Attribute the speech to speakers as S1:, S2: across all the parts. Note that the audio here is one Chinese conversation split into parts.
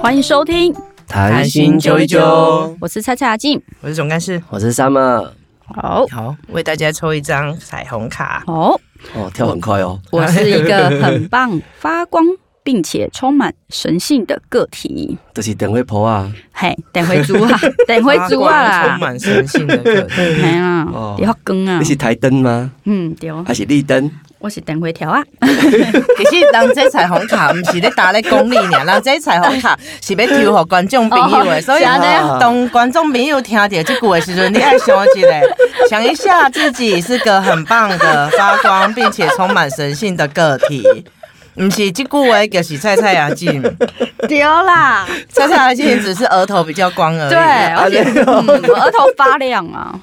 S1: 欢迎收听，
S2: 谈
S3: 心
S2: 揪
S3: 揪
S2: 一
S3: 一
S2: 揪
S3: 揪，
S1: 我是蔡蔡阿静。
S3: 我是总干事，
S2: 我是 Summer。
S1: 好，
S3: 好，为大家抽一张彩虹卡。
S1: 好，
S2: 哦，跳很快哦。
S1: 我是一个很棒、发光并且充满神性的个体。
S2: 就是等会婆啊，
S1: 嘿，等会猪 啊，等会猪
S3: 发光
S1: 啊
S3: 充
S1: 啦，
S3: 满神性的个体。
S1: 嘿啊
S2: 哦，
S1: 你要更啊
S2: 你，是台灯吗？
S1: 嗯，对哦，
S2: 还是绿灯？
S1: 我是等会条啊，
S3: 其实人这彩虹卡毋是咧打咧公里尔，人这彩虹卡是要抽互观众朋友
S1: 哦
S3: 的，所以
S1: 是安
S2: 尼啊
S3: 当观众朋友听到这句的时阵，你爱想一下，想一下自己是个很棒的、发光并且充满神性的个体。毋是这句话就是菜菜阿 静，
S1: 对啦，
S3: 菜菜阿静只是额头比较光而 已。啊
S1: 对，而且嗯我额头发亮啊，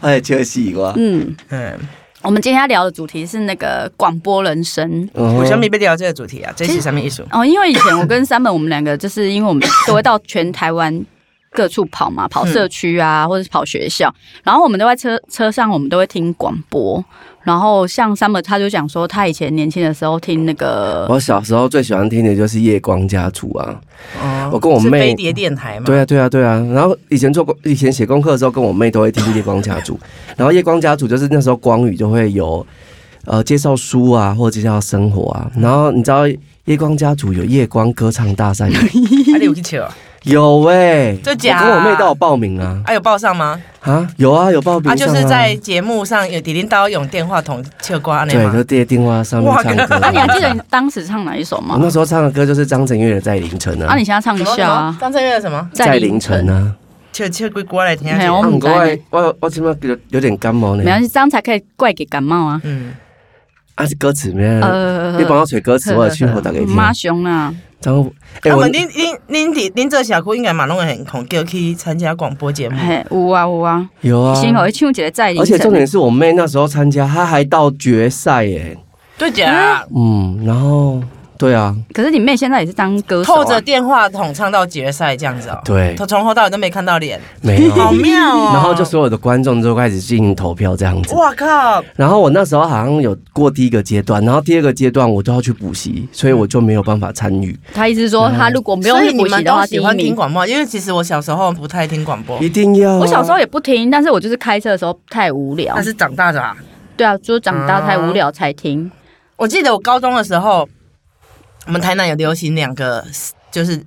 S2: 哎，笑死我！
S1: 嗯。
S3: 嗯，
S1: 我们今天要聊的主题是那个广播人生
S2: 哦
S3: 我想咪要聊这个主题啊，这是什么意思？
S1: 哦，因为以前我跟三本我们两个就是因为我们都会到全台湾各处跑嘛，跑社区啊，或者是跑学校，然后我们都在车车上，我们都会听广播。然后像三本他就讲说，他以前年轻的时候听那个
S2: 我小时候最喜欢听的就是《夜光家族》啊。
S3: 哦
S2: 我跟我
S3: 是
S2: 妹
S3: 飞碟电台嘛，
S2: 对啊，对啊，对啊。然后以前做功，以前写功课的时候，跟我妹都会听《夜光家 族》，然后《夜光家族》就是那时候光宇就会有呃介绍书啊，或者介绍生活啊。然后你知道《夜光家族》有夜光歌唱大赛 吗？
S3: 啊，你有去笑？
S2: 有喂、
S3: 真假
S2: 我跟我妹都有报名啊。
S3: 啊，有报上吗？
S2: 啊，有啊，有报名、
S3: 啊，
S2: 啊，
S3: 就是在节目上有迪琳刀用电话筒切瓜那
S2: 对，
S3: 吗
S2: 就？爹电话上面
S3: 哇
S2: 唱歌。
S1: 那、啊你还记得你当时唱哪一首
S2: 啊哦我
S1: 吗？
S2: 那时候唱的歌就是张震岳的《在凌晨》
S1: 啊，
S2: 啊
S1: 你，现在唱一
S3: 什么
S1: 下啊，
S3: 张震岳的什么？
S2: 在凌晨。啊。
S3: 切切龟瓜来听下
S1: 嘿
S3: 先。
S1: 我
S2: 啊
S1: 们
S2: 不过
S1: 在
S2: 我我我今麦有有点感冒呢
S1: 没。关系，这样才可以怪给感冒啊。
S3: 嗯，
S2: 啊，是歌词没有？
S1: 呃
S2: 你帮我选歌词，我有去给大家听。
S1: 妈熊啊，
S2: 张，哎，
S3: 啊，
S2: 我
S3: 问您您您的您这小姑应该嘛拢会很恐叫去参加广播节目。
S1: 嘿，有啊有啊，
S2: 有啊。
S1: 幸好一唱一个在凌
S2: 而且重
S1: 晨。
S2: 点是我妹那时候参加，她还到决赛耶。
S3: 对假，
S2: 嗯，然后对啊，
S1: 可是你妹现在也是当歌手、啊，
S3: 透着电话筒唱到决赛这样子哦。
S2: 对
S3: 从从头到尾都没看 到脸，
S2: 没有。啊
S3: 好妙哦。
S2: 然后就所有的观众都开始进行投票这样子。
S3: 哇靠，
S2: 然后我那时候好像有过第一个阶段，然后第二个阶段我都要去补习，所以我就没有办法参与。
S1: 他意思说，他如果不用
S3: 所以
S1: 去
S3: 你
S1: 补
S3: 们
S1: 习的话，
S3: 都
S1: 第
S3: 喜
S1: 一
S3: 欢听
S1: 名。
S3: 广播，因为其实我小时候不太听广播
S2: 一，定要啊、
S1: 我小时候也不听，但是我就是开车的时候太无聊
S3: 但。是长大的啊。
S1: 对啊，就是长大太无聊才听。
S3: 我记得我高中的时候，我们台南有流行两个，就是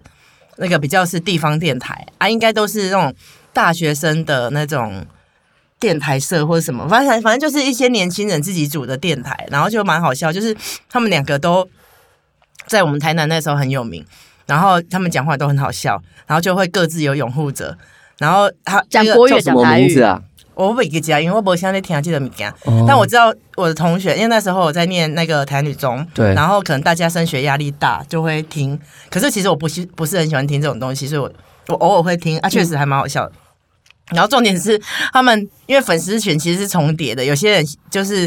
S3: 那个比较是地方电台啊，应该都是那种大学生的那种电台社或者什么，反正反正就是一些年轻人自己组的电台，然后就蛮好笑，就是他们两个都在我们台南那时候很有名，然后他们讲话都很好笑，然后就会各自有拥护者。然后他
S1: 讲
S3: 那个
S1: 国语
S2: 叫什么名字啊？
S3: 我不记得，因为我不像在听这个物件。
S2: 哦
S3: 但我知道我的同学，因为那时候我在念那个台女中，
S2: 对
S3: 然后可能大家升学压力大，就会听。可是其实我不喜不是很喜欢听这种东西，所以我我偶尔会
S1: 嗯
S3: 听啊，确实还蛮好笑的。然后重点是，他们因为粉丝群其实是重叠的，有些人就是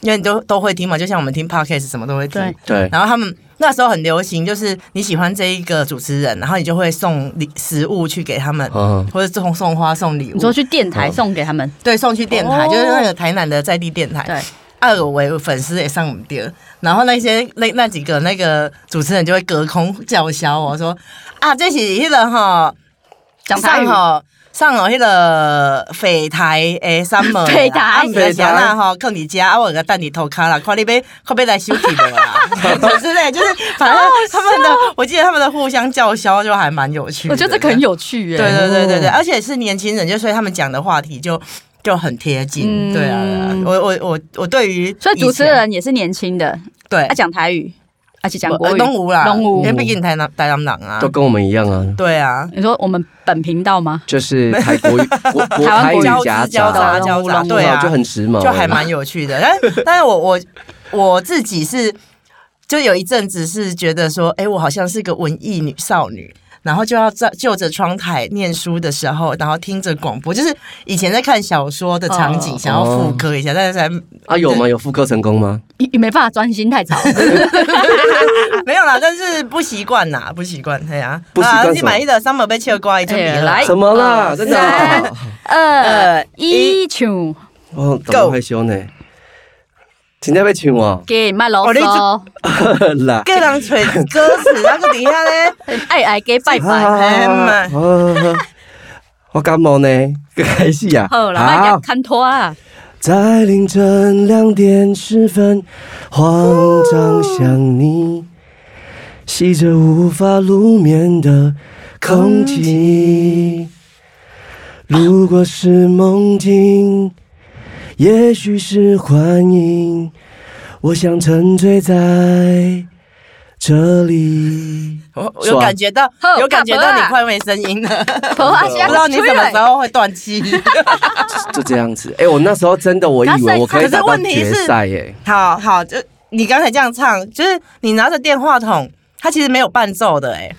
S3: 因为都都会听嘛，就像我们听 podcast 什么都会听
S1: 对。
S2: 对，
S3: 然后他们那时候很流行，就是你喜欢这一个主持人，然后你就会送礼食物去给他们，
S2: 嗯，
S3: 或者送送花送礼
S1: 哦你说
S3: 物，
S1: 去电台送给他们，
S3: 对，送去电台，
S1: 哦
S3: 就是那个台南的在地电台。
S1: 对，
S3: 二维粉丝也上我们店，然后那些那那几个那个主持人就会隔空叫嚣我说啊，这是迄、个吼
S1: 讲台
S3: 上
S1: 语
S3: 吼上吼迄个匪台诶三门啊，
S1: 匪台
S3: 啊，毋
S2: 匪台
S3: 是啥啦吼，放你家啊，我有个蛋你头卡啦，看你要看要来收起无啦，总之类就是反正他们的，我记得他们的互相叫嚣就还蛮有趣的，
S1: 我觉得这个很有趣耶。
S3: 对对对对对，而且是年轻人，就所以他们讲的话题就就很贴近。
S1: 嗯
S3: 对啊，对啊我我我我对于
S1: 所以主持
S3: 以前
S1: 人也是年轻的，
S3: 对呃
S1: 他讲台语，而且讲国语。
S3: 东吴啦，
S1: 东吴
S3: 因为毕竟台南台南人啊
S2: 都，跟我们一样啊，
S3: 对啊。
S1: 你说我们本频道吗？
S2: 就是台国语国国
S1: 台湾
S2: 台
S1: 国
S2: 语
S1: 语
S2: 夹
S3: 交
S2: 杂
S3: 杂，
S1: 交
S3: 交
S1: 杂
S3: 杂，对
S2: 哇
S3: 啊，
S2: 就很时髦，
S3: 就还蛮有趣的。但但是我我我自己是，就有一阵子是觉得说，哎、我好像是个文艺女少女。然后就要在就着窗台念书的时候，然后听着广播，就是以前在看小说的场景，
S1: 哦
S3: 想要复刻一下，但是还
S2: 啊，有吗？有复刻成功吗？
S1: 也也没办法专心，太 吵。
S3: 没有啦，但是不习惯啦，不习惯，对啊，
S2: 不习惯
S3: 啊
S2: 什么
S3: 你满意的 summer 被切瓜一阵
S1: 哎
S3: 别
S1: 来
S3: 来，
S2: 什么啦？
S1: 嗯
S2: 真的
S1: 三
S2: 啊？
S1: 二
S3: 呃
S1: 一，唱
S2: 哦哦，怎么害羞呢？真正要请我
S1: 给卖老
S3: 哦你
S1: 骚，
S2: 啦。
S3: 各人吹歌词，那个底下嘞，
S1: 爱爱给拜拜，
S3: 哎妈
S2: 啊我感冒呢， 开始啊！
S1: 好啦，卖给看拖啊，
S2: 在凌晨两点十分，慌张想你，吸着无法入眠的空气。如果是梦境，也许是幻影，我想沉醉在这里。
S3: 我我有感觉到
S1: 好，
S3: 有感觉到
S1: 干
S3: 你
S1: 嘛
S3: 快没声音了，
S1: 不 啊，现
S3: 不知道你什么时候会断气。
S2: 就这样子。哎、我那时候真的我以为我可以打到决赛哎耶、
S3: 好好，就你刚才这样唱，就是你拿着电话筒，它其实没有伴奏的，哎，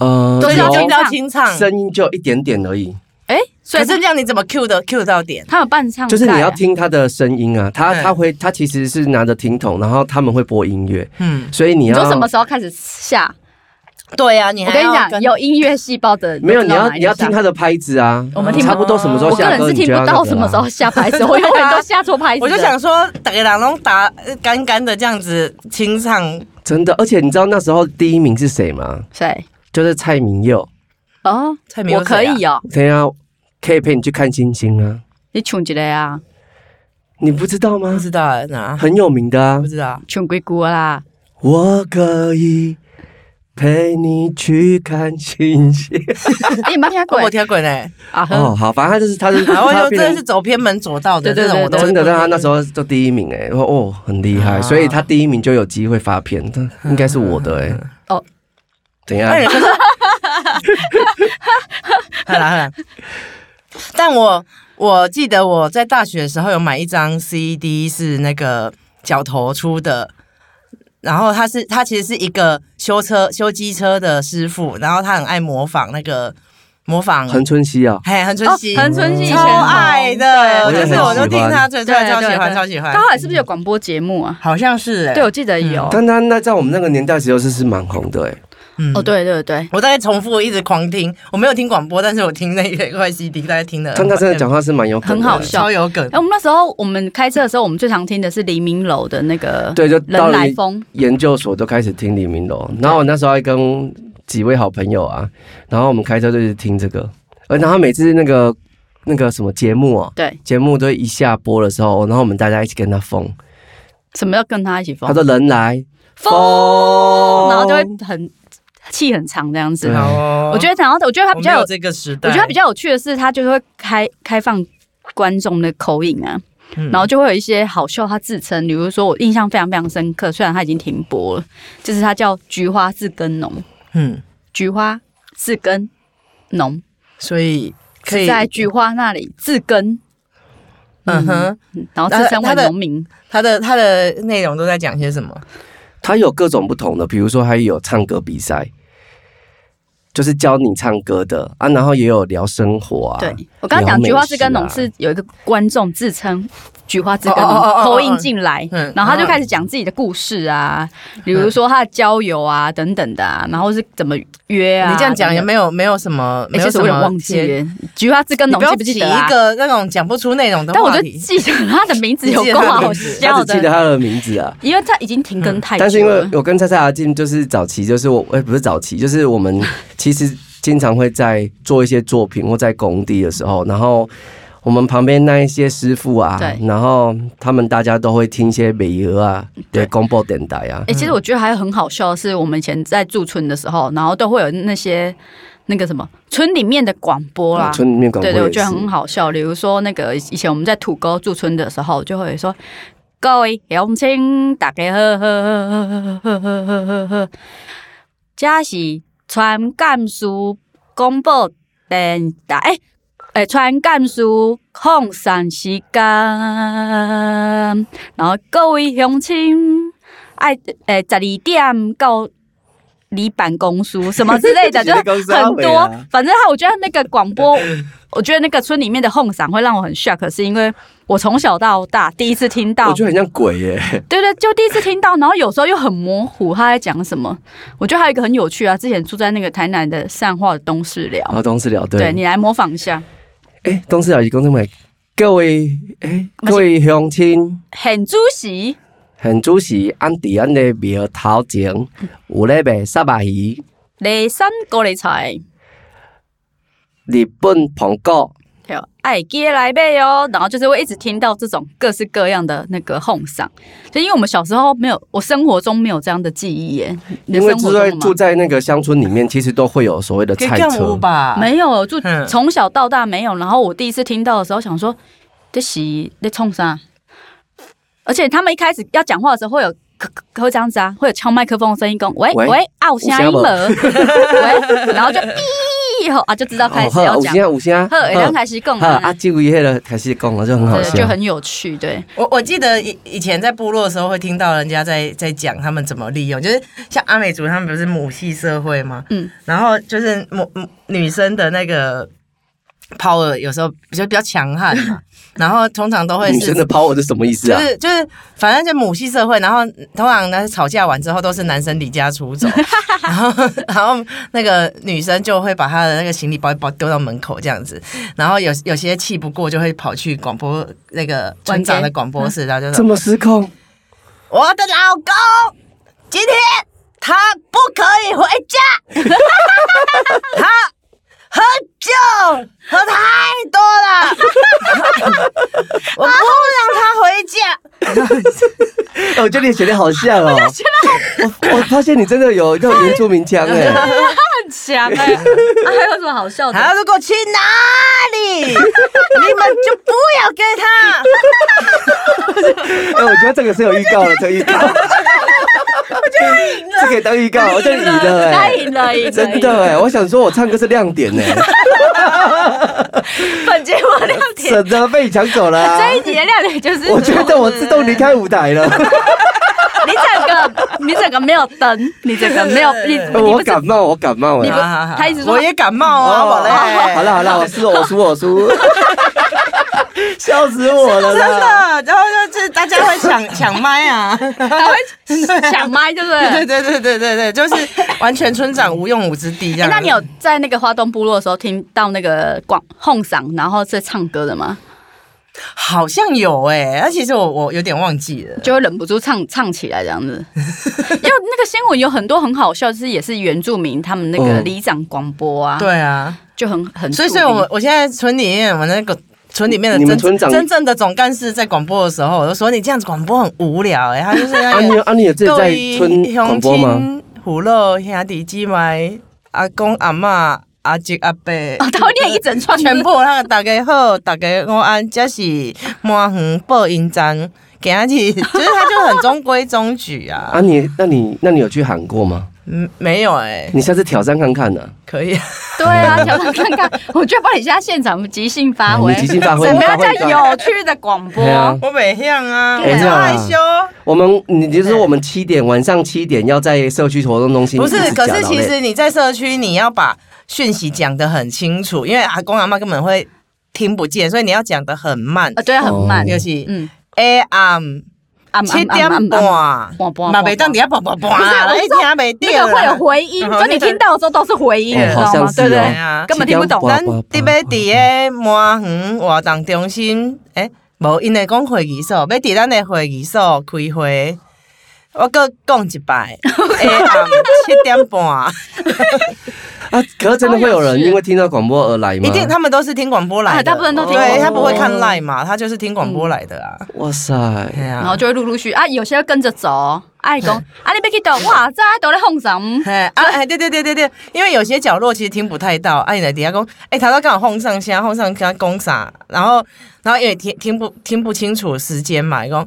S2: 呃，
S1: 所以要
S3: 啊就
S1: 清
S3: 是
S1: 唱
S3: 要清唱。
S2: 声音就一点点而已，
S1: 哎，所
S3: 可
S1: 以
S3: 是
S1: 是
S3: 这样你怎么 Q 的 Q 到点？
S1: 他有伴唱在
S2: 就
S1: 啊，
S2: 是你要听他的声音啊，他
S3: 嗯
S2: 他会他其实是拿着听筒，然后他们会播音乐，
S3: 嗯，
S2: 所以你
S1: 你
S2: 要
S1: 说什么时候开始下？
S3: 对呀，你
S1: 我
S3: 还
S1: 跟你
S3: 要
S1: 讲，有音乐细胞的
S2: 没有
S1: 就
S2: 你
S1: 知道
S2: 要
S1: 哪一
S2: 你要
S1: 个下
S2: 听他的拍子啊，
S1: 我们听
S2: 差不多什么时
S1: 我
S2: 候
S1: 个
S2: 下
S1: 人
S2: 歌，
S1: 是
S2: 你
S1: 听
S2: 就要
S1: 不
S2: 那
S1: 到
S2: 个啊
S1: 什么
S2: 啦
S1: 时候下拍子，我永远都下错拍子。
S3: 我就想，说，大家人都打干干的这样子清唱，
S2: 真的，而且你知道那时候第一名是谁吗？
S1: 谁？
S2: 就是蔡明佑，
S1: 哦，
S3: 蔡明
S1: 我
S3: 有谁啊
S1: 可以哦，
S2: 等一下可以陪你去看星星啊，
S1: 你唱一个啊，
S2: 你不知道吗
S3: 不？知道啊哪，
S2: 很有名的啊
S3: 不，知道。
S1: 唱几句啦。
S2: 我可以陪你去看星星。
S1: 哎，你没听过
S3: 我有听过呢，
S1: 啊？呵
S2: 哦，好，反正他就是他就是
S3: 然后
S2: 他
S3: 就
S2: 变
S3: 真的是
S2: 成
S3: 走偏门左道的
S1: 对
S3: 这
S1: 对
S3: 种，
S1: 对
S3: 我都
S2: 真的，但他那时
S3: 候
S2: 候就第一名哎、我说哦很厉害，
S3: 啊
S2: 所以他第一名就有机会发片，但应该是我的哎、
S3: 啊
S1: 哦，
S2: 等一
S3: 那
S2: 下
S3: 人，嗯哎就是， 好啦好啦。但我我记得我在大学的时候有买一张 CD，是那个角头出的。然后他是他其实是一个修车修机车的师傅，然后他很爱模仿那个模仿，
S2: 恒春熙啊，
S3: 嘿，很春
S1: 哦
S3: 熙，
S1: 恒春熙以前
S3: 超爱的，
S2: 我也
S3: 就
S2: 很
S3: 是我都听他
S1: 对
S3: 最
S1: 对
S3: 最超
S1: 对
S3: 喜欢
S1: 对
S3: 超喜欢
S1: 他，后来是不是有广播节目啊？
S3: 好像是哎，
S1: 对，我记得有。
S2: 但他那在我们那个年代其实是是蛮红的哎、
S3: 嗯
S1: 哦，对对对，
S3: 我大概重复一直狂听，我没有听广播，但是我听那一块 CD，大概听了。
S2: 但他真的讲话是蛮有梗
S1: 很
S2: 的
S1: 好
S2: 欸
S1: 笑
S3: 超有梗
S1: 哎，，我们那时候我们开车的时候，我们最常听的是黎明楼的那个
S2: 对，就到
S1: 人
S2: 了
S1: 来疯，
S2: 研究所都开始听李明楼，然后我那时候还跟几位好朋友啊，然后我们开车就是听这个，呃，然后每次那个那个什么节目哦、
S1: 对，
S2: 节目都一下播的时候，然后我们大家一起跟他疯，
S1: 什么叫跟他一起疯
S2: 他？说人来
S1: 疯，然后就
S3: 哦
S1: 会很气很长这样子
S2: 对。
S3: 好哦。
S1: 我觉得，然嗯后我觉得他
S3: 我
S1: 比
S3: 没
S1: 较有
S3: 有这个时代，
S1: 我觉得比较有趣的是，他就是会开开放观众的口音啊，
S3: 嗯
S1: 然后就会有一些好笑，他自称，比如说我印象非常非常深刻，虽然他已经停播了，就是他叫菊花自耕农，
S3: 嗯，
S1: 菊花自耕农
S3: 所以可以
S1: 在菊花那里自耕，
S3: 嗯哼，
S1: 然后自称为农民，
S3: 他的他的内容都在讲些什么？
S2: 他有各种不同的，比如说还有唱歌比赛，就是教你唱歌的啊，然后也有聊生活啊。
S1: 对我刚刚
S2: 聊
S1: 讲
S2: 美
S1: 菊花自耕农
S2: 食啊
S1: 是有一个观众自称。菊花自耕
S3: 哦哦哦哦
S1: 农
S3: 哦
S1: 口音进来
S3: 嗯，
S1: 然后他就开始讲自己的故事啊，比如说他的交友啊等等的啊，然后是怎么约啊。
S3: 你这样讲
S1: 等
S3: 也
S1: 等
S3: 没有没有什么，没
S1: 欸
S3: 有
S1: 其
S3: 什
S1: 实
S3: 么
S1: 我有点忘记
S3: 贴。
S1: 了，菊花枝跟
S3: 你
S1: 农
S3: 不要
S1: 记不
S3: 起
S1: 记
S3: 一
S1: 得啊？
S3: 个那种讲不出内容的
S1: 但我
S3: 话
S1: 就
S3: 题。
S1: 记得他的名字有够好笑
S2: 他只记得
S1: 的，
S2: 他的名字啊。
S1: 因为他已经停
S3: 嗯
S1: 更太久了。
S2: 但是因为我跟蔡蔡阿进就是早期，就是我哎、不是早期，就是 我们其实经常会在做一些作品或在工地的时候，然后我们旁边那一些师傅啊
S1: 对，
S2: 然后他们大家都会听一些美语啊，对，公布电台啊，
S1: 哎、其实我觉得还很好笑的是，我们以前在驻村的时候，然后都会有那些那个什么村里面的广播
S3: 哦
S1: 啦。
S2: 村里面广播
S1: 对对，
S2: 也是。
S1: 我觉得很好笑。比如说那个以前我们在土沟驻村的时候，就会说各位乡亲，大家好好好好好好好好好好，这是传干事公布电台，哎哎，传干事放散时间，然后各位乡亲，爱哎十二点到。离办公室什么之类的，
S2: 这
S1: 就是
S2: 是公司啊
S1: 很
S2: 没
S1: 多
S2: 啊。
S1: 反正他，我觉得那个广播，我觉得那个村里面的哄嗓会让我很 shock，是因为我从小到大第一次听到
S2: 我觉得很像鬼耶、
S1: 对对，就第一次听到，然后有时候又很模糊他在讲什么。我觉得还有一个很有趣啊，之前住在那个台南的善化的东势寮，
S2: 哦然后东四聊对，
S1: 对你来模仿一下。
S2: 哎、东四寮一共这么各位哎，各位乡亲。
S1: 很主席，
S2: 很主席，俺伫俺的庙头前
S1: 嗯
S2: 有咧卖沙白鱼、
S1: 雷山高丽菜，
S2: 日本苹果，
S1: 还有爱街来贝哦。然后就是会一直听到这种各式各样的那个哄嗓，就因为我们小时候没有，我生活中没有这样的记忆耶。你的
S2: 因为
S1: 生
S2: 住
S1: 活
S2: 在
S1: 中吗
S2: 住在那个乡村里面，其实都会有所谓的
S3: 可以
S2: 菜
S3: 干
S2: 车
S3: 我。吧？
S1: 没有，就
S3: 嗯
S1: 从小到大没有。然后我第一次听到的时候，想说这是在冲啥？而且他们一开始要讲话的时候，会有咳咳会这样子啊，会有敲麦克风的声音，讲喂
S2: 喂
S1: 喂啊，我声音 了，喂，然后就哔以后啊，就知道开始要
S2: 五
S1: 讲，
S2: 星啊，五星啊，
S1: 呵，然后
S2: 呵
S1: 开始讲
S2: 呵啊，
S1: 啊，
S2: 这位迄个开始讲了，就很好
S1: 对，就
S2: 笑。
S1: 很有趣， 对，
S3: 我我记得以以前在部落的时候，会听到人家在在讲他们怎么利用，就是像阿美族他们不是母系社会吗？
S1: 嗯，
S3: 然后就是母母女生的那个 power 有时候就比较强悍嘛，然后通常都会
S2: 女
S3: 是
S2: 生的 power 是什么意思
S3: 就
S2: 啊？
S3: 是就是，反正就母系社会，然后通常呢吵架完之后都是男生离家出走，然后然后那个女生就会把她的那个行李包一包丢到门口这样子，然后有有些气不过就会跑去广播那个村长的广播室，然后就
S2: 这
S3: 说
S2: 么 失控，
S3: 我的老公今天他不可以回家，他喝酒喝太多了，我不让他回家。
S2: 哎我觉得你写的好像 哦。我我发现你真的有一个原住民 腔哎，
S1: 很强哎，啊还有什么好笑的？
S3: 他如果去哪 里，你们就不要给 他。
S2: 哎，我觉得这个是有预告的，这个预告。这可以当预告，我这赢了
S1: 他
S2: 哎，
S1: 赢了，赢了，
S2: 真
S1: 赢了
S2: 的哎，我想说我唱歌是亮点 哎。
S1: 本节目亮点，
S2: 省得被抢走了、 啊。
S1: 这一集的亮点就是，
S2: 我觉得我自动离开舞台了，
S1: 你整个你整个没有灯，你整个没有，你 你
S2: 我
S1: 不是
S2: 感冒，我感冒
S1: 你
S2: 哎、
S1: 不
S2: 欸。
S1: 他一直说
S3: 我也感冒啊，
S2: 哦
S3: 宝嘞。
S2: 好了好了，我输我输我 输，笑死我了
S3: 真
S2: 啦！
S3: 的，然后就是大家会 抢抢麦啊，
S1: 他会 抢麦，对不对？
S3: 对对对对对对，就是完全村长无用武之地这
S1: 哎
S3: 样。
S1: 那你有在那个花东部落的时候听到那个广哄嗓，然后在唱歌的吗？
S3: 好像有哎，那其实我我有点忘记了。
S1: 就会忍不住唱唱起来这样子。 因为那个新闻有很多很好笑，就是也是原住民他们那个
S2: 嗯
S1: 里长广播啊，，
S3: 对啊，
S1: 就很很
S3: 所以
S1: 注意
S3: 所以 我们我现在村里面我那个。村里面的
S2: 你们
S3: 真
S2: 村长
S3: 真正的总干事在广播的时候，我就说你这样子广播很无聊哎、他就是那
S2: 啊
S3: 个
S2: 你有啊你有自己在村广播吗？？
S3: 胡肉兄弟姐妹，阿公阿嬷、阿叔阿伯，
S1: 啊，他会念一整串，
S3: 全部那个大家好，大家我安，这是满园报音章，给他去，就是他就很中规中矩 啊。
S2: 啊你那你那你有去喊过吗？
S3: 嗯，没有哎、
S2: 你下次挑战看啊看呢、
S3: 可以，
S1: 对啊，挑战看看。我觉得帮你现在现场即兴发挥，
S2: 哎你即兴发挥
S1: 我们要
S2: 发挥
S1: 叫有趣的广播
S2: 对。啊，
S3: 我没像啊，我
S1: 对
S3: 超
S2: 啊
S3: 害羞。
S2: 我们你就是说我们七点晚上七点要在社区活动中心，
S3: 不是
S2: 一，直
S3: 可
S2: 讲
S3: 是
S2: 到
S3: 其
S2: 累
S3: 实你在社区，你要把讯息讲得很清楚，因为阿公阿妈根本会听不见，所以你要讲得很慢
S1: 啊，。对啊，很慢
S2: 哦，
S3: 尤其
S1: 嗯，
S3: AM
S1: 啊
S3: 七点半，
S1: 半半
S3: 嘛袂当底下叭叭叭啦，
S1: 不
S3: 你
S1: 是我是
S3: 啊听袂
S1: 那个
S3: 到
S1: 会有
S3: 啦。
S1: 回音，
S3: 嗯
S1: 就你听到的时候都是回音，你
S2: 哦
S1: 知道
S2: 好像
S1: 吗？
S2: 是
S1: 对不
S2: 哦
S1: 对
S3: 对？啊
S1: 根本听不懂
S2: 七
S3: 咱
S2: 点半
S3: 伫要伫个满园活动中心，诶、无因会讲会议所，要伫咱的会议所开会。我搁讲一 摆，下暗七点半，
S2: 啊，可是真的会有人因为听到广播而来吗？
S3: 一定他们都是听广播来
S1: 啊
S3: 的，
S1: 大部分都听广
S3: 对
S1: 播
S3: 他不会看 line 嘛，他就是听广播来的啊。
S2: 哇塞，
S3: 对啊，
S1: 然后就会陆陆续啊，有些会跟着走，啊，你讲啊，你别去动，哇，这都在哄什 么？
S3: 哎啊哎，对对对对对，因为有些角落其实听不太到，哎、啊，你在底下讲，哎、他头刚好轰上下，轰上下讲啥，然后然后因为听听不听不清楚时间嘛，讲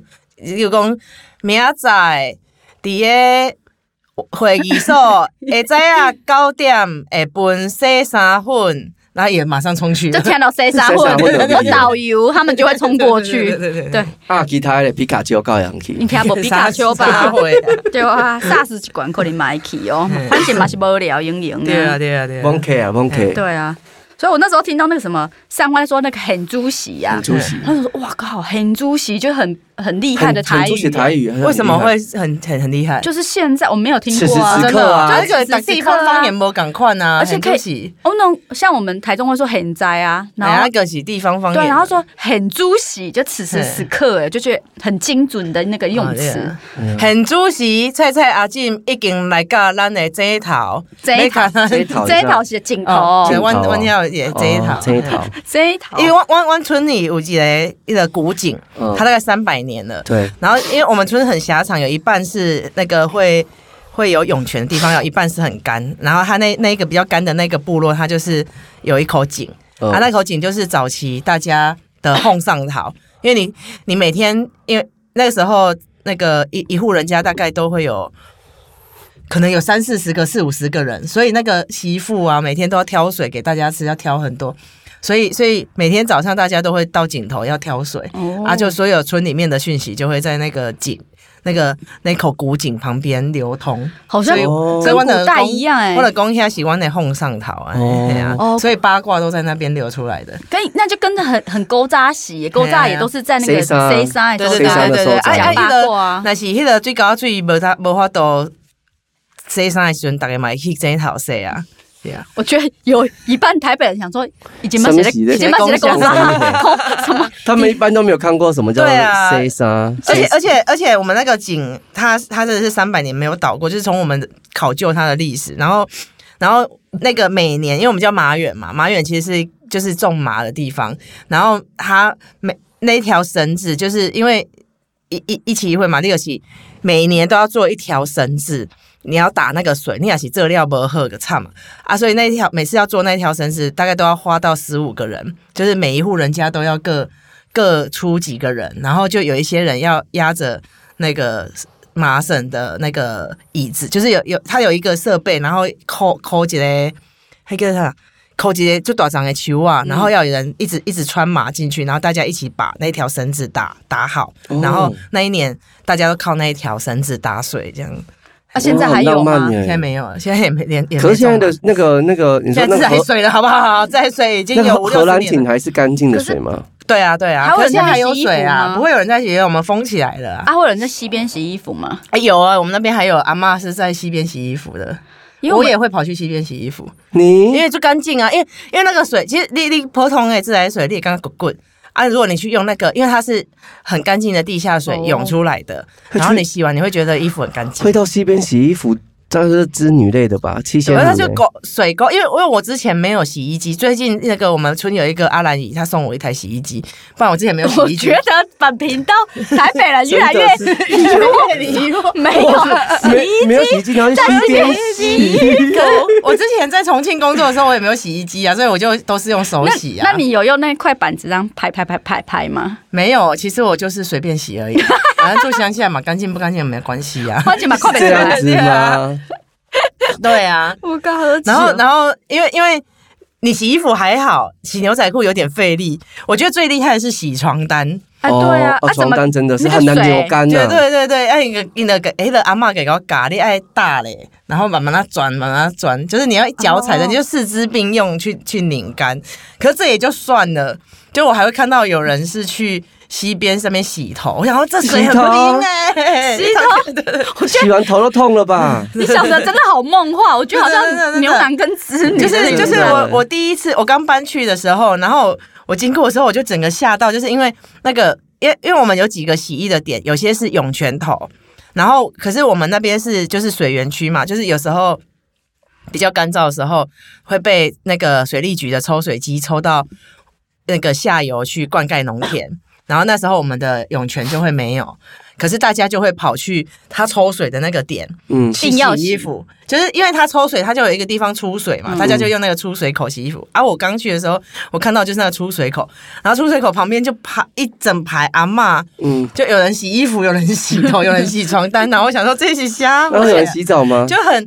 S3: 又讲明仔载伫个会议所，会知啊九点会分洗衫粉，然后也马上冲去
S1: 就
S3: 了，
S1: 听到谁撒
S2: 谁
S1: 或
S2: 撒混的
S1: 有导游，他们就会冲过去。
S3: 对对对对
S1: 对，
S2: 啊，其他的皮卡丘告洋去
S1: 你。听不皮卡丘吧？
S3: 会
S1: 对啊，SARS 一管可能买去哦，反正嘛是无聊盈盈
S3: 对啊
S1: 啊。
S3: 对啊对啊
S2: o，K 啊 o K，
S1: 对啊，所以我那时候听到那个什么上官说那个很主席啊，
S2: 主席
S1: 他就说哇靠，很主席就很很厉害的
S2: 很
S1: 台
S2: 很出
S1: 语啊
S2: 写
S1: 耶，
S2: 台语，很
S3: 啊为什么
S2: 厉害
S3: 会很很很厉害？
S1: 就是现在我没有听过啊，
S2: 此时此
S1: 真
S2: 刻
S1: 的
S2: 啊
S3: 而且打地方方言无赶快啊，
S1: 而且可以
S3: 很就是
S1: 哦，那像我们台中会说很灾啊，然
S3: 然
S1: 后
S3: 后个是地哎方方言，
S1: 对，然后说很猪喜，就此时此刻，哎，就觉得很精准的那个用词
S3: 啊。
S2: 嗯
S3: 很主席菜菜阿进已经来到咱的这一头，
S1: 这一头
S3: 要跟咱
S2: 这一头
S1: 这一条是镜
S3: 哦
S1: 头，
S3: 对，
S2: 镜头
S3: 我我要也这一头
S2: 哦，这一套，
S1: 这一条，
S3: 因为湾湾湾村里有一个一个古井，
S2: 嗯
S3: 它大概三百年了。
S2: 对，
S3: 然后因为我们村很狭长，有一半是那个会会有涌泉的地方，有一半是很干。然后它那那一个比较干的那个部落，它就是有一口井，
S2: 嗯
S3: 啊，那口井就是早期大家的哄上桃，因为你你每天因为那个时候那个一一户人家大概都会有。可能有三四十个、四五十个人，所以那个媳妇啊，每天都要挑水给大家吃，要挑很多，所以所以每天早上大家都会到井头要挑水，
S1: 哦
S3: 啊，就所有村里面的讯息就会在那个井、那个那口古井旁边流通。
S1: 好像
S3: 所以
S2: 哦
S3: 所
S1: 跟
S3: 以我
S1: 古
S3: 的
S1: 代
S3: 公
S1: 一样，哎
S3: 我，的公下喜欢的哄上头啊，
S2: 哦
S3: 哎呀
S1: 哦，哎
S3: 所以八卦都在那边流出来的。
S1: 跟那就跟的很很勾扎喜耶，勾扎也都是在那个
S2: C 三
S1: C 三
S3: 对
S1: 的时
S3: 对
S1: 候
S3: 对
S2: 谁上的
S3: 对对
S2: 手
S3: 对，
S2: 掌
S3: 哎哎，
S1: 讲
S3: 那
S1: 八卦啊
S3: 个那是迄个最高最无他无法度洗衫的时阵，大家嘛会去这头洗啊，对啊。
S1: 我觉得有一半台北人想说，已经把写的，
S2: 什么
S1: 已经把写的勾扎，什么
S2: 他们一般都没有看过什么叫
S3: 对啊
S2: C 沙，
S3: 而且
S2: C-
S3: 而且而且，我们那个井，它它真的是三百年没有倒过，就是从我们考究它的历史，然后然后那个每年，因为我们叫马远嘛，马远其实是就是种麻的地方，然后它每那一条绳子，就是因为一一一期一会嘛，六期每一年都要做一条绳子。你要打那个水，你也是这料不喝个差嘛啊，所以那一条每次要做那一条绳子，大概都要花到十五个人，就是每一户人家都要各各出几个人，然后就有一些人要压着那个麻绳的那个椅子，就是有有它有一个设备，然后扣扣几嘞，还叫啥？扣几嘞就短长的球啊，
S2: 嗯
S3: 然后要有人一直一直穿马进去，然后大家一起把那条绳子打打好，
S2: 哦
S3: 然后那一年大家都靠那一条绳子打水，这样
S1: 啊，现在还有
S2: 哇很哦浪
S1: 吗
S2: 漫？耶
S3: 现在没有了，现在也没连也没
S2: 可是现在
S3: 种
S2: 的
S3: 了
S2: 那个那个，你说
S3: 现
S2: 那
S3: 在自
S2: 个
S3: 来
S2: 荷
S3: 水了，好不好？自来水已经
S2: 那个
S3: 有五
S2: 荷
S3: 六十
S2: 兰
S3: 年
S2: 井
S3: 了，
S2: 还是干净的水吗？
S3: 对啊对啊，
S1: 还会有
S3: 可
S1: 人
S3: 是现在
S1: 在
S3: 还
S1: 洗
S3: 有
S1: 衣服
S3: 水啊，
S1: 吗
S3: 不会有人在洗衣服，我们封起来了啊。
S1: 啊，会有人在西边洗衣服吗？
S3: 哎，有啊，我们那边还有阿嬷是在西边洗衣服的，
S1: 因为
S3: 我
S1: 我
S3: 也会跑去西边洗衣服，
S2: 你
S3: 因为就干净啊，因为因为那个水，其实你你普通的自来水，你也刚刚滚滚啊，如果你去用那个，因为它是很干净的地下水
S1: 哦
S3: 涌出来的，然后你洗完你会觉得衣服很干净
S2: 会。到西边洗衣服，当然是织女类的吧，七仙
S3: 对，
S2: 女
S3: 它
S2: 类
S3: 就狗水沟，因为因为我之前没有洗衣机，最近那个我们村有一个阿兰姨，她送我一台洗衣机，不然我之前没有洗
S1: 我
S3: 衣机
S1: 觉。得本频道台北人越来越
S3: 离我
S1: 没有哎洗衣
S2: 没没有洗衣机，然后就西边洗。
S3: 我之前在重庆工作的时候，我也没有洗衣机啊，所以我就都是用手洗啊。
S1: 那那你有用那块板子这样拍拍拍拍拍吗？
S3: 没有，其实我就是随便 洗而已，反正住乡下嘛，干净不干净没关系啊。
S1: 关起把快
S2: 这
S1: 点
S2: 样
S1: 拍。
S2: 子吗？
S3: 对啊，
S1: 我刚喝
S3: 然后然后因为因为你洗衣服还好，洗牛仔裤有点费力，我觉得最厉害的是洗床单。
S1: 啊，对啊
S2: 哦，哦
S1: 啊怎
S2: 床
S1: 么
S2: 单真的是
S1: 那个
S2: 很难
S1: 水
S2: 流干啊
S3: 对
S2: 的。
S3: 对对对，哎，你个你的个哎，那阿嬷给我咖喱爱大嘞，然后慢慢它转，慢慢它转，就是你要一脚踩着，
S1: 哦
S3: 你就四肢并用去去拧干。可是这也就算了，就我还会看到有人是去溪边上面洗头，我想说这水很
S2: 洗头
S3: 冰哎、
S1: 洗头，我觉
S2: 洗完头都痛了吧？
S1: 得你想的真的好梦幻，我觉得好
S3: 真的真的真的
S1: 像牛腩跟织女
S3: 就
S1: 的那种，
S3: 是就是
S2: 对
S3: 我我第一次我刚搬去的时候，然后我经过的时候，我就整个吓到，就是因为那个，因为因为我们有几个洗衣的点，有些是涌泉头，然后可是我们那边是就是水源区嘛，就是有时候比较干燥的时候，会被那个水利局的抽水机抽到那个下游去灌溉农 田，然后那时候我们的涌泉就会没有，可是大家就会跑去他抽水的那个点。
S2: 嗯，
S3: 去
S1: 定要
S3: 洗衣
S1: 洗嗯
S3: 服，就是因为它抽水，它就有一个地方出水嘛，大家就用那个出水口洗衣服。啊，我刚去的时候，我看到就是那个出水口，然后出水口旁边就排一整排阿嬷，
S2: 嗯，
S3: 就有人洗衣服，有人洗头，有人洗床单，然后我想说这是虾，
S2: 然后有人洗澡吗？
S3: 就很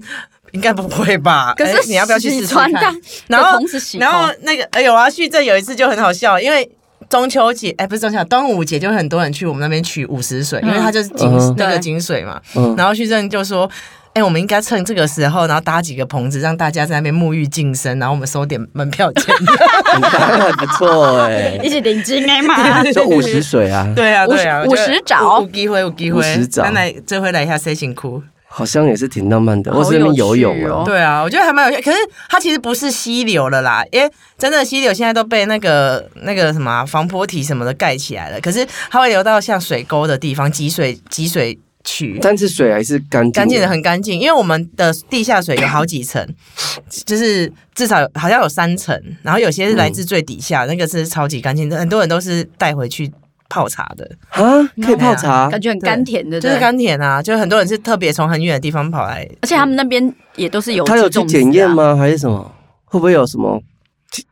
S3: 应该不会吧？
S1: 可
S3: 哎
S1: 是
S3: 你要不要去
S1: 洗
S3: 试试
S1: 床
S3: 看
S1: 单？
S3: 然后
S1: 同时洗头，
S3: 然后那个哎有啊，旭正有一次就很好笑，因为。中秋节哎，不是中秋，端午节就很多人去我们那边取五十水，因为它就是井、
S2: 嗯
S3: 那个
S1: 对
S3: 井水嘛。
S2: 嗯
S3: 然后旭正就说：“哎、哎、我们应该趁这个时候，然后搭几个棚子，让大家在那边沐浴净身，然后我们收点门票钱。
S2: 很棒不错 哎、
S1: 一起领巾哎嘛，
S2: 就五十水啊，
S3: 对啊，
S1: 五十
S3: 对啊，
S1: 五十找
S3: 有有机会，有机
S2: 五
S3: 会，
S2: 十找
S3: 那来这回来一下 C 型裤。
S2: 好像也是挺浪漫的。
S1: 好
S2: 我是那边游泳
S1: 有趣
S2: 啊
S1: 哦，
S3: 对啊，我觉得还蛮有趣。可是它其实不是溪流了啦，因为真的溪流现在都被那个那个什么啊防坡堤什么的盖起来了。可是它会流到像水沟的地方，集水集水渠，
S2: 但是水还是干净，
S3: 干净的。很干净。因为我们的地下水有好几层，就是至少有好像有三层，然后有些是来自最底下，那个是超级干净的，很多人都是带回去泡茶的。
S2: 啊，可以泡茶
S1: 感觉很甘甜的，
S3: 就
S1: 对
S3: 是
S1: 不对，
S3: 甘甜啊，就是很多人是特别从很远的地方跑来，
S1: 而且他们那边也都是有
S2: 他有去
S1: 种
S2: 检验？吗？还是什么？会不会有什么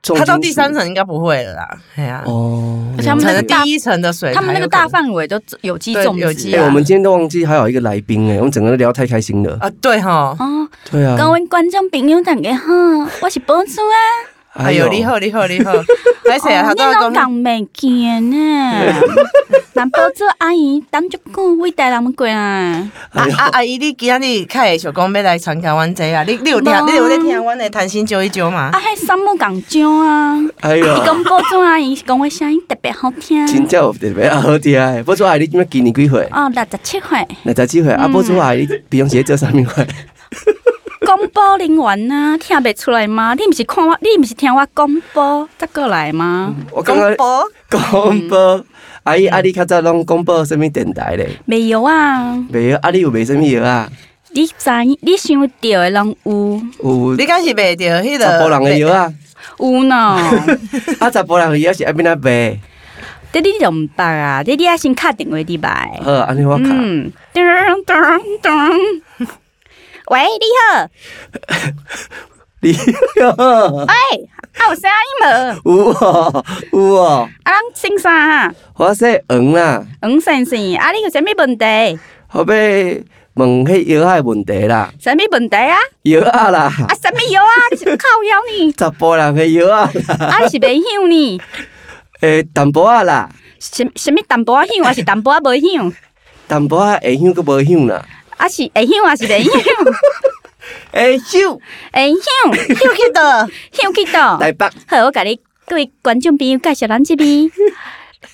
S2: 重金属？
S3: 他到第三层应该不会了啦，哎呀、
S2: 哦，
S1: 啊而且他们
S3: 可
S1: 那个
S2: 了
S3: 能
S2: 解
S1: 大
S3: 第一层的水才有
S1: 他
S3: 可能，
S1: 们那个大范围都有机
S3: 对
S1: 种
S3: 有
S1: 植
S3: 机
S2: 哎、
S1: 啊
S3: 啊
S2: 我们今天都忘记还有一个来宾哎、我们整个都聊太开心了。
S3: 啊，对哈，
S1: 哦，
S2: 对啊，
S1: 各位观众朋友大家好，我是博主啊，
S3: 哎呦，你好，你好， 你好，而且
S1: 哦
S3: 啊他
S1: 你
S3: 都要
S1: 拢
S3: 跟
S1: 讲袂见 呢，那博主阿姨等足久，伟大人过啊，
S3: 啊
S2: 哎呦
S3: 啊阿姨，你今天你较会想讲要来参加阮这啊？你你有听
S1: 无，
S3: 你有在听阮的谈心揪一揪吗
S1: 哦啊？迄三木共章啊，
S2: 哎呦
S1: 伊，讲博主阿姨讲我声音特别好听，
S2: 真正有特别啊好听哎。博主阿姨，你今麦今年几岁？
S1: 哦六十七岁，
S2: 六十几岁
S1: 嗯
S2: 啊？博主阿姨，你平常时做啥物 事？
S1: 广播人员啊，听袂出来吗？你毋是看我，你毋是听我广播才过来吗？
S3: 嗯
S2: 我刚刚
S3: 播
S2: 广播阿姨，阿你较早拢广播什物电台咧？
S1: 没有啊，
S2: 没有，阿你有卖什物药啊？
S1: 你知你想到的人有
S2: 有
S3: 你敢是卖着迄
S2: 查甫人的药
S3: 个？
S2: 啊？
S1: 有呢，
S2: 啊，查甫人的药是爱边啊卖？
S1: 这你就毋捌啊，这你啊先敲电话入来。
S2: 好，安尼我卡。
S1: 嗯，噔噔噔。喂，你好，
S2: 你
S1: 喂，啊有声音无？
S2: 哦有哦，有哦。
S1: 啊，咱先生啊，
S2: 我说黄啦，
S1: 黄先生，啊，你有啥物问题？
S2: 后尾问迄药仔的问题啦，
S1: 啥物问题啊？
S2: 药仔啦，
S1: 啊，啥物药啊？你是靠腰呢？
S2: 查甫人的药啊啦，
S1: 啊，你是袂晓呢？
S2: 诶，淡薄啊啦，
S1: 什什物淡薄仔晓，还是淡薄仔袂晓？
S2: 淡薄啊会响个无响啦，
S1: 啊是会晓，还是袂晓？
S2: 会响
S1: 会晓，
S3: 又去的，
S1: 晓去倒。
S2: 台北
S1: 好，我甲你各位观众朋友介绍咱这 边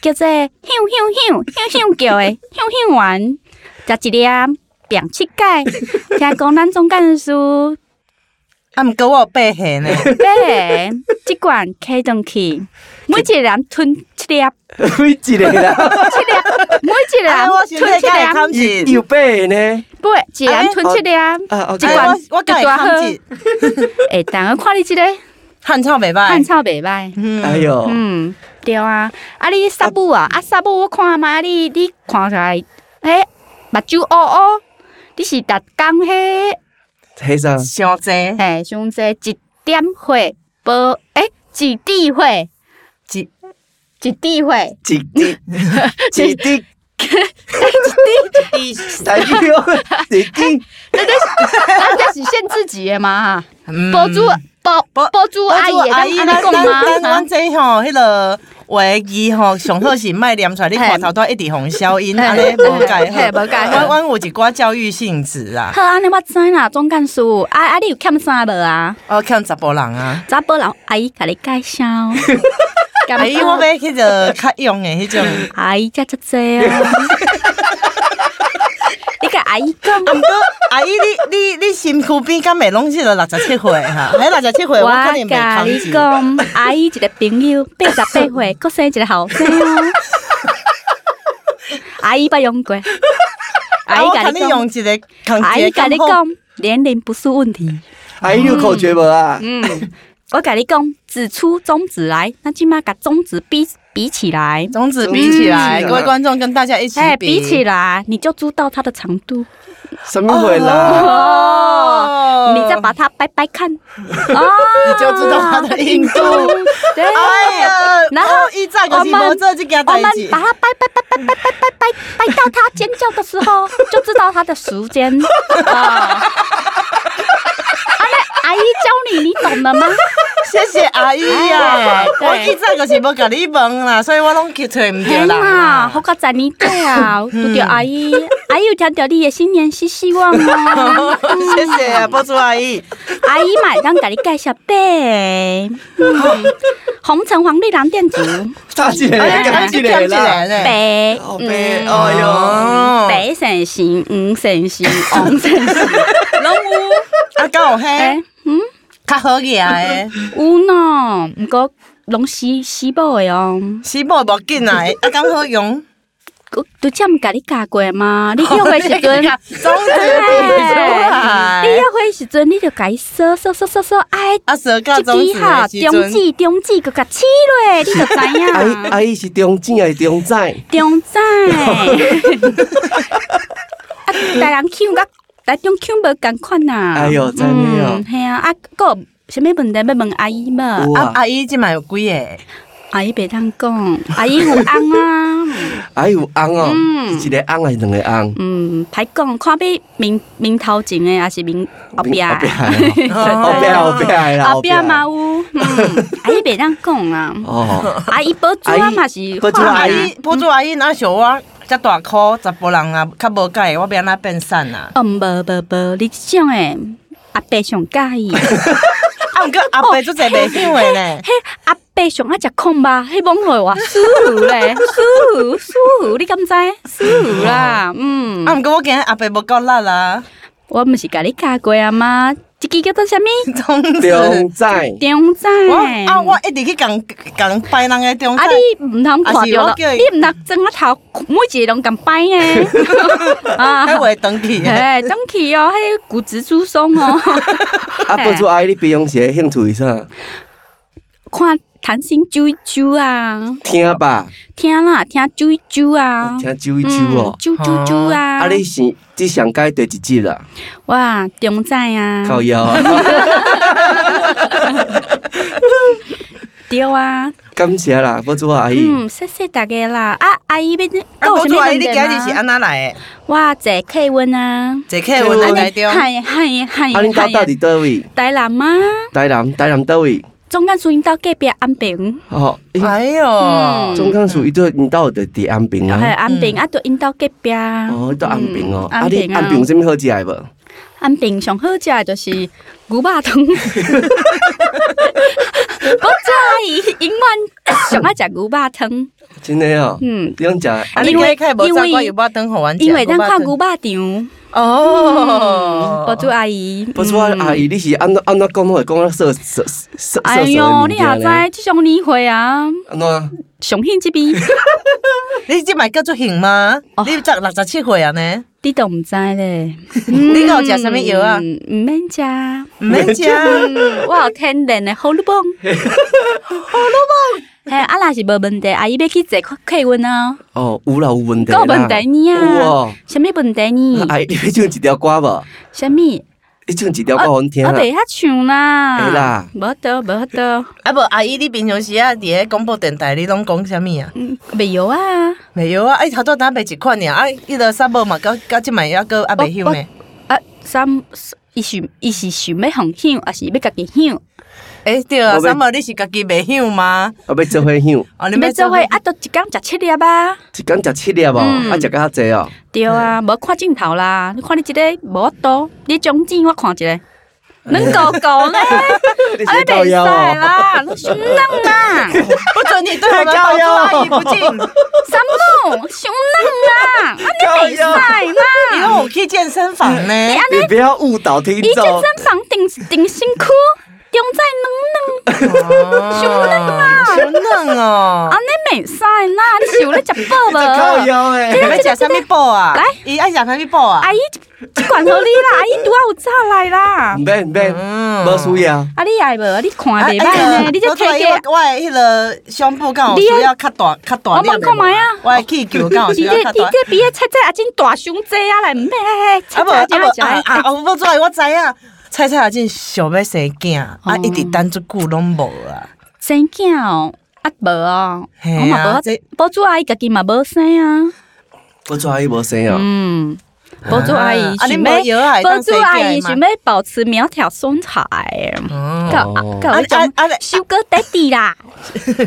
S1: 叫做“香香香香香叫的香香丸，食一粒扁七钙。听讲咱总干事
S3: 啊，毋过我有背 黑呢，
S1: 买的即罐开动去，每一个人吞一 粒，
S2: 每一个啦，
S1: 每一个
S3: 啊，我
S1: 人
S3: 想
S1: 吞
S3: 要
S1: 一
S3: 甲会
S1: 粒，
S3: 抗
S2: 有
S3: 击，
S2: 有八个呢，
S1: 不，一人吞一粒。
S2: 啊，OK，
S1: 这款
S3: 哎我我甲会抗击，
S1: 哎，等下看你即个
S3: 汉草袂
S1: 汉
S3: 歹，
S1: 草袂歹，
S2: 哎
S3: 嗯，
S2: 呦，
S1: 嗯，对啊。啊，你萨布啊，啊萨布，我看嘛，你你看出来，哎，目睭乌乌，你是逐工迄。
S2: 黑上
S3: 伤 济，
S1: 哎，上这一点会无哎，一滴会
S3: 一
S1: 一 滴会，
S2: 几滴，几滴，
S3: 一滴，
S2: 台语哦，几滴，
S1: 啊，这是限自己的嘛？
S3: 嗯
S1: 博主啊博
S3: 博
S1: 博主阿姨，
S3: 啊阿
S1: 咱
S3: 姨，
S1: 安
S3: 咱
S1: 尼讲
S3: 咱
S1: 吗？
S3: 咱
S1: 哈
S3: 这吼，迄个话语吼，上好是卖念出来，你看头都一直红消音，安尼无解
S1: 嘿
S3: 好。
S1: 无解
S3: 阮
S1: 好。
S3: 阮有一寡教育性质啊，
S1: 好，安尼我知啦，总干事，啊啊，你有欠啥无啊？
S3: 我看哦查甫人啊，
S1: 查甫人阿姨甲你介 绍，
S3: 阿
S1: 阿
S3: 姨我买迄个较用的迄种，啊
S1: 阿姨遮遮济啊！你甲阿姨讲，
S3: 毋过 阿姨你你你身躯边敢袂拢是落六十七岁哈？迄六十七岁我肯定
S1: 我
S3: 袂
S1: 甲
S3: 抗
S1: 你
S3: 拒。
S1: 讲，阿姨一个朋友八十八岁，搁生一个后生哦。阿姨捌用过，阿
S3: 啊，
S1: 姨
S3: 我
S1: 甲
S3: 肯
S1: 你
S3: 定
S1: 讲
S3: 用，一个抗
S1: 阿姨甲你
S3: 好
S1: 讲，年龄不是问题。
S2: 阿姨有口诀无啊？
S1: 嗯，我甲你讲，指出中指来，那即码甲中指比比起来，
S3: 种子比起来，
S2: 嗯
S3: 各位观众跟大家一起
S1: 哎，比起来你就知道它的长度，
S2: 什么会啦？
S3: 哦
S1: 你再把它掰掰看，哦，
S3: 你就知道它的硬度。
S1: 对，
S3: 哎呀，
S1: 然后
S3: 哦伊早就是无做这件
S1: 我
S3: 代
S1: 们
S3: 志
S1: 把，它掰掰掰掰掰掰掰掰掰到它尖叫的时候，就知道它的时 间。啊，阿、啊、阿姨教你，你懂了吗？
S3: 谢谢阿姨啊
S1: 哎！ 对
S3: 我以前就是无甲你问啦，所以我拢去找唔对
S1: 天哪，
S3: 啦
S1: 好。个赞你对啊！ 拄着阿姨，阿姨有听到你的新年新希望吗？
S3: 谢谢波珠阿姨，
S1: 阿姨买当给你介绍呗。嗯红橙黄绿蓝靛 紫，
S2: 差起来，
S1: 哎
S2: 干起来啦！
S3: 嘞！
S1: 白
S2: 好白，
S1: 嗯
S2: 哎呦，
S3: 哦，
S1: 白神星、黄神星、 红神星，拢有。
S3: 啊，够嘿，
S1: 哎，嗯，
S3: 较好个诶，
S1: 有呢，毋过拢西西部的哦。
S3: 西部无紧啊，啊，刚好用。
S1: 我都这么甲你教过吗？你约会时阵，
S3: 总之就是
S1: 哎，你约会时阵，你就甲伊说说说说说，哎，
S3: 啊，蛇到
S1: 这
S3: 中指
S1: 支哈，
S3: 的时
S1: 中
S3: 阵，
S1: 指中指，佮甲刺落，你就知
S2: 阿姨
S1: 影。
S2: 阿姨是中正还是中正？
S1: 中指， 啊，大人腔甲大中腔无共款呐。
S2: 哎呦真的哦
S1: 嗯嘿啊，啊，佮有啥物问题要问阿姨嘛？
S2: 有
S3: 啊，
S2: 啊，
S3: 阿姨即卖有几个？
S1: 阿姨袂当讲，阿姨有翁啊，
S2: 阿姨有翁哦，
S1: 嗯
S2: 一个翁还是两个翁？
S1: 嗯，歹讲，看要面面头前的，还是面后壁
S2: 后
S1: 的
S2: 壁，的
S3: 哦
S2: 哦，后壁后壁的啦，
S1: 后壁
S2: 的
S1: 嘛有， 嗯，阿姨袂当讲啊，
S2: 哦，
S1: 阿姨保住
S2: 阿
S1: 啊
S2: 姨
S1: 嘛是
S2: 保住
S1: 话
S3: 阿
S1: 啊
S3: 姨，波珠阿姨若像我遮大箍十甫人啊，较无解，我要安怎变瘦啊？
S1: 嗯，无无无，你即种诶，阿伯上介 意，
S3: 啊，毋过阿伯做者袂晓诶呢，
S1: 嘿，阿伯上爱食空吧，迄网络话舒服咧，舒服舒服，你敢知？舒服啦，嗯
S3: 啊，，毋过我今日阿伯无够力啦，
S1: 我毋是甲你教过啊吗？即个叫做啥物？
S3: 总之
S1: 啊
S2: 中。正。
S1: 中仔。
S3: 我啊，我一直去共共拜人诶中
S1: 啊！
S3: 菜，
S1: 你唔通看着
S3: 啊
S1: 咯，
S3: 是我叫伊
S1: 你唔通装个头，每一个拢咁摆呢？啊
S3: 迄话长去诶。
S1: 哎，当去哦，迄骨质疏松哦，
S2: 啊，不出阿姨，你平常时的兴趣是啥？
S1: 看弹性啾一啾啊，
S2: 听吧，
S1: 听啦，听啾一啾啊，
S2: 听啾
S1: Ừ,
S2: 一啾哦。
S1: 啾啾啾啊！
S2: 啊，你是只上届第几集啦？
S1: 哇，中赞啊，
S2: 靠腰啊！
S1: 对啊，
S2: 感谢啦，不出阿姨。
S1: 嗯，谢谢大家啦。啊，阿姨要你，
S3: 啊，波
S1: 还
S3: 珠阿姨，
S1: 问
S3: 你
S1: 题
S3: 今日是
S1: 吗？
S3: 安怎来诶？
S1: 哇，坐客运啊，
S3: 坐客运
S1: À,
S3: 来台中，
S1: 嗨嗨嗨
S2: 啊，恁家到
S1: 嗨
S2: 底，倒位？
S1: 台南吗？
S2: 台南，台南倒位？
S1: 中间属于到隔壁安平。
S2: 哦，诶
S3: 哎呦，
S1: 嗯
S2: 中间属于对，你到底伫安平
S1: 嘿，
S2: 啊？
S1: 安平啊，就因到隔壁。
S2: 哦，到安平哦
S1: 嗯。
S2: 啊，
S1: 安
S2: 你
S1: 平
S2: 安平有啥物好食的无？
S1: 安平上好食的就是牛肉 汤。我最伊永远上爱食牛肉汤，
S2: 真的哦。
S1: 嗯，
S2: 你讲食
S3: 啊，
S2: 啊？
S3: 你
S1: 因为
S3: 开开无
S1: 因
S3: 炸
S1: 为
S3: 瓜油包灯互阮
S1: 因为咱看牛肉肠。
S3: 哦
S1: 嗯，博主阿姨，
S2: 不出
S1: 嗯
S2: 阿姨，你是安怎安怎讲会讲到色色色色色
S1: 哎
S2: 色的
S1: 哟，
S2: 物
S1: 你也
S2: 件
S1: 知
S2: 呢？
S1: 即种年会啊，
S2: 安怎？
S1: 上兴即边
S3: 你即摆叫做行吗
S1: 哦？
S3: 你才六十七岁啊呢，
S1: 你都毋知 咧。
S3: 你还有食什么药啊
S1: 嗯毋免食，
S3: 毋免食。
S1: 嗯我有天然的葫芦 棒，葫芦棒。嘿，啊，若是无问题，阿姨要去坐客运啊。
S2: 哦，有啦，有问题啦。
S1: 够问题呢嗯啊！
S2: 有哦。
S1: 什么问题呢？
S2: 阿姨，你要唱一条歌无？
S1: 什么？哦
S2: 你唱一条歌互阮听
S1: 啊我
S2: 啦。
S1: 袂晓唱啊啦。
S2: 会啦
S1: 无得无得，
S3: 啊无，阿姨，你平常时啊伫咧广播电台，你拢讲啥物啊？
S1: 嗯，袂晓啊。
S3: 袂晓啊，哎，头拄呾卖一款尔，啊，迄个沙漠嘛，到到即摆抑个
S2: 哦
S3: 啊袂晓呢。
S1: 啊，三，伊是伊是想要互响，还是要家己响？
S3: 诶，对
S2: 我
S3: 啊，
S2: 要
S3: 沙漠你是家己袂晓吗？
S2: 我啊要做花香，
S3: 哦，你
S1: 要做伙啊，都一工食七粒啊。
S2: 一工食七粒哦，
S1: 嗯
S2: 啊食较济哦。
S1: 对啊，无看镜头啦，你看你即个无多，你中指我看一个，恁狗狗呢？
S2: 你
S1: 啊，
S2: 是
S1: 袂
S2: 高
S1: 使
S2: 腰哦，
S1: 啦，你熊人啊，
S3: 不准你 对我们保住阿姨不敬。
S1: 三木熊人啊，啊你袂使
S3: 你
S1: 啦，
S3: 让我去健身 房呢？
S1: 你安尼
S2: 你不要误导听
S1: 伊健
S2: 众。
S1: 身房顶顶身躯，中在软
S3: 熊嫩啊，熊嫩哦
S1: 软，安。尼袂使啦，你是有咧食饱
S2: 你在靠
S1: 无？
S2: 腰诶，
S3: 要食啥物补啊？
S1: 来
S3: 伊爱食啥物补啊？
S1: 阿姨，即管互你啦，阿姨拄仔有早来啦
S2: 唔。免唔免，
S3: 嗯
S2: 无需要。
S1: 啊，你爱无？你看
S3: 啊
S1: 袂歹
S3: 哎
S1: 呢，你这
S3: 我
S1: 推
S3: 做
S1: 荐
S3: 我我的迄个胸部敢有需要较大较大
S1: 我问看
S3: 卖
S1: 卖啊
S3: 我的气球敢有需
S1: 你
S3: 要
S1: 这
S3: 较
S1: 你
S3: 大？
S1: 这比迄菜菜啊真大胸济啊来，唔要
S3: 啊
S1: 菜
S3: 无
S1: 菜
S3: 啊
S1: 真
S3: 无啊啊！
S1: 食。
S3: 啊我做我知影，菜菜也真想要生囝，啊
S1: 哦
S3: 一直等即久拢无啊。
S1: 生囝哦，啊无哦，
S3: 嘿啊
S1: 我嘛无
S3: 这，
S1: 保主阿姨家己嘛无生啊。
S2: 我做阿姨无生哦，
S1: 嗯，博主阿姨
S3: 啊，你
S1: 想
S3: 没
S1: 要
S3: 摇来
S1: 博
S3: 当
S1: 主
S3: 水
S1: 阿姨
S3: 饺
S1: 想
S3: 吗？
S1: 要保持苗条身材。
S3: 哦，
S1: 搞啊
S2: 哦
S1: 搞一
S3: 啊
S1: 种
S3: 啊啊
S1: 修哥 daddy 啦，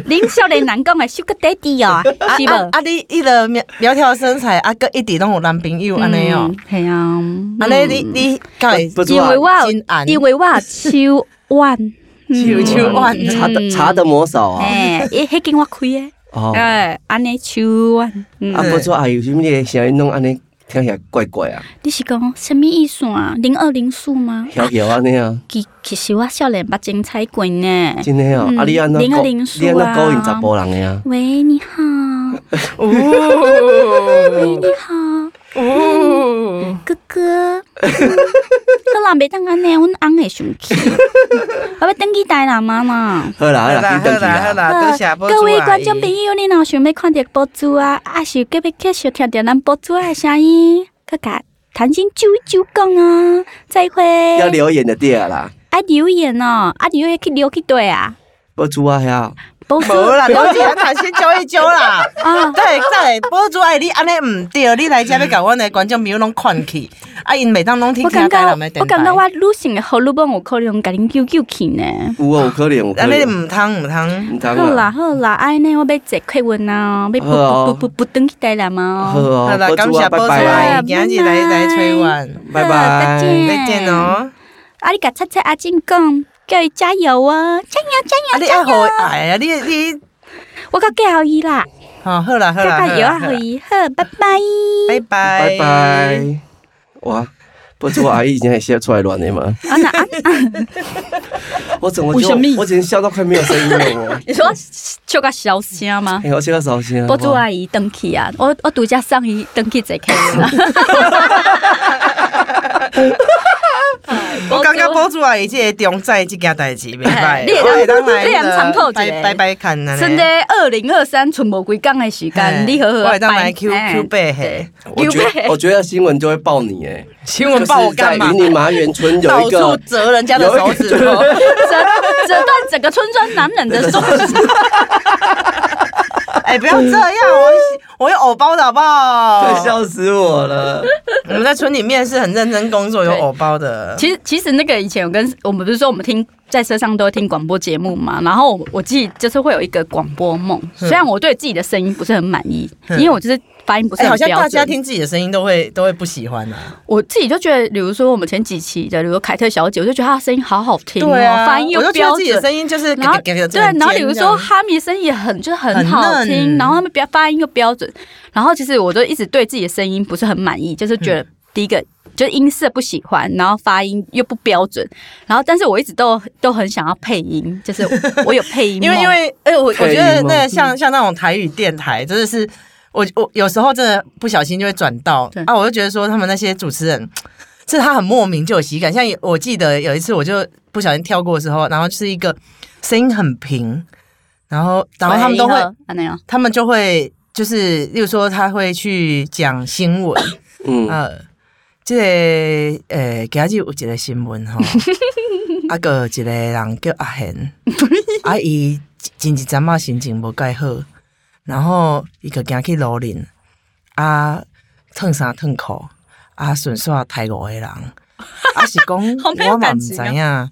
S1: 恁少年人讲的修哥 daddy 哦，
S3: 啊
S1: 是
S3: 啊
S1: 无？
S3: 啊！你迄个苗苗条身材，啊，搁一直拢有男朋友安尼哦，，
S1: 系嗯啊，
S3: 安尼你你敢会
S2: 不不
S1: 因为我
S3: 真
S1: 有
S3: 红
S1: 因为我有手腕，
S3: 手
S1: 嗯
S3: 手腕
S1: 嗯
S2: 查的查的魔手
S3: 哦
S2: 啊，
S1: 哎，迄迄间我开的，
S2: 哦，啊，
S1: 哎，安尼手腕，嗯，
S2: 不错，阿姨，有啥物你想要弄安尼，听起来怪怪啊，
S1: 你是讲什么意思啊？零二零数吗？
S2: 摇摇安尼啊，
S1: 其其实我少年把精彩过呢。
S2: 真的哦，
S1: 嗯
S2: 啊，你安那
S1: 零
S2: 勾，
S1: 二零
S2: 你安
S1: 数啊
S2: 那勾引查甫人的啊，
S1: 喂，你好，
S3: 哦
S1: 你好。
S3: 哦，
S1: 哥哥，嗯好啦，袂当安尼，阮翁会生气。我要登去台南啊嘛。
S2: 好啦好
S3: 好啦
S2: 啦，
S3: 好
S2: 你等去
S3: 啦好
S2: 啦，
S3: 啦，多谢博主
S1: 各位
S3: 阿
S1: 观众
S3: 姨
S1: 朋友，你若想要看到博主啊，啊是隔壁继续听到咱博主的声音，佮甲谈心啾一啾讲啊，再会。
S2: 要留言的对啊啦，
S1: 啊留言哦，啊留言去留去对啊，
S2: 不主啊遐，
S1: 博主
S3: 无啦，我只谈先招一招啦。
S1: 啊，
S3: 对对，博主爱你安尼毋对，你来遮要甲阮的观众朋友拢困去，啊因每当拢听
S1: 我
S3: 听
S1: 感
S3: 台
S1: 觉
S3: 南的电台，
S1: 我感觉我女性的好女伴有可能甲恁救救去呢。
S2: 有哦，有可能，有可
S3: 安尼
S2: 能，
S3: 毋通毋通，
S2: 唔啊通
S1: 好啦，好啦，安尼我要坐客运啊，要
S2: 好啊
S1: 不不不不登去台南啊
S2: 好。
S3: 好
S2: 哦，
S3: 啦，
S2: 不
S3: 感
S2: 主
S3: 谢
S2: 啊，拜
S3: 博主阿
S2: 拜，
S3: 姨今日来来催阮，
S1: 嗯
S2: 拜
S1: 好再见
S2: 拜。
S3: 再见哦。
S1: 啊，你甲七七阿静讲，叫伊加油啊，加油
S3: 啊
S1: 加
S3: 你
S1: 油加
S3: 爱互
S1: 油！
S3: 哎呀，你你，
S1: 我甲加予伊啦，
S3: 哦好啦好啦，
S1: 甲加油啊，
S3: 好啦
S1: 互伊好，拜拜。
S3: 拜拜
S2: 拜拜。哇，不知我阿姨已经还笑出来乱的吗？
S1: 啊那啊，
S2: 我怎么
S1: 为
S2: 就
S1: 什么
S2: 我今天笑到快没有声音了我？
S1: 你说笑个小声吗？
S2: 哎，我笑到伤心啊！
S1: 博主阿姨登去啊，我我独家上伊登去坐客运啦。
S3: 我感觉博主阿姨这个中债这件代志袂歹，
S1: 你
S3: 我
S1: 会
S3: 会
S1: 当
S3: 当来
S1: 你会
S3: 那
S1: 当参考
S3: 个
S1: 一下
S3: 拜拜拜看啊。
S1: 现在二零二三存无几工的时间，你好好
S3: 我会当来
S1: 摆
S3: Q
S1: 哎
S3: Q 背嘿，
S2: 我觉得我觉得新闻就会报你哎，
S3: 新
S2: 就
S3: 闻
S2: 是
S3: 报我
S2: 在
S3: 干嘛
S2: 云？林麻园村
S3: 到
S2: 有一
S3: 处
S2: 个，
S3: 折人家的手指
S2: 有一
S3: 头，
S1: 折折断整个村庄男人的手指。
S3: 哎，不要这样，我我有偶包的好不
S1: 哦
S2: 快
S3: 好？
S2: 嗯笑死我了！
S3: 我们在村里面是很认真工作，有偶包的。
S1: 其实其实那个以前有跟我们不是说我们听在车上都会听广播节目嘛，然后我自己就是会有一个广播梦，
S3: 嗯
S1: 虽然我对自己的声音不是很满意，因为我就是发音不是
S3: 哎，
S1: 很
S3: 嗯好像
S1: 标准。
S3: 大家听自己的声音都会都会不喜欢啊。
S1: 我自己就觉得，比如说我们前几期的，比如说凯特小姐，我就觉得她的声音好好听、哦，
S3: 对啊，
S1: 发音又
S3: 我就觉
S1: 标
S3: 得自己的
S1: 准。
S3: 声音就是
S1: 然后
S3: 给给给
S1: 对，然后比如说哈密的声音也很就是很好
S3: 很
S1: 听，
S3: 嫩
S1: 然后他们标发音又标准，然后其实我就一直对自己的声音不是很满意，就是觉
S3: 嗯
S1: 得第一个。就是音色不喜欢，然后发音又不标准，然后但是我一直都都很想要配音，就是我有配音梦，
S3: 因为因为哎、我我
S2: 配
S3: 觉
S2: 音
S3: 得
S2: 吗
S3: 那个像像那种台语电台，真的是我我有时候真的不小心就会转到
S1: 对
S3: 啊，我就觉得说他们那些主持人，这他很莫名就有喜感。像有我记得有一次我就不小心跳过的时候，然后就是一个声音很平，然后然后他们都会
S1: 喂那 样，
S3: 他们就会就是，例如说他会去讲新闻，
S2: 嗯，
S3: 呃，即、个诶，今日有一个新闻 吼，啊个有一个人叫阿贤，啊伊前一阵仔心情无介好，然后伊就行去路林，啊脱衫脱裤，啊顺续杀五个人，啊是讲
S1: 好没有
S3: 我嘛毋
S1: 感
S3: 知
S1: 情啊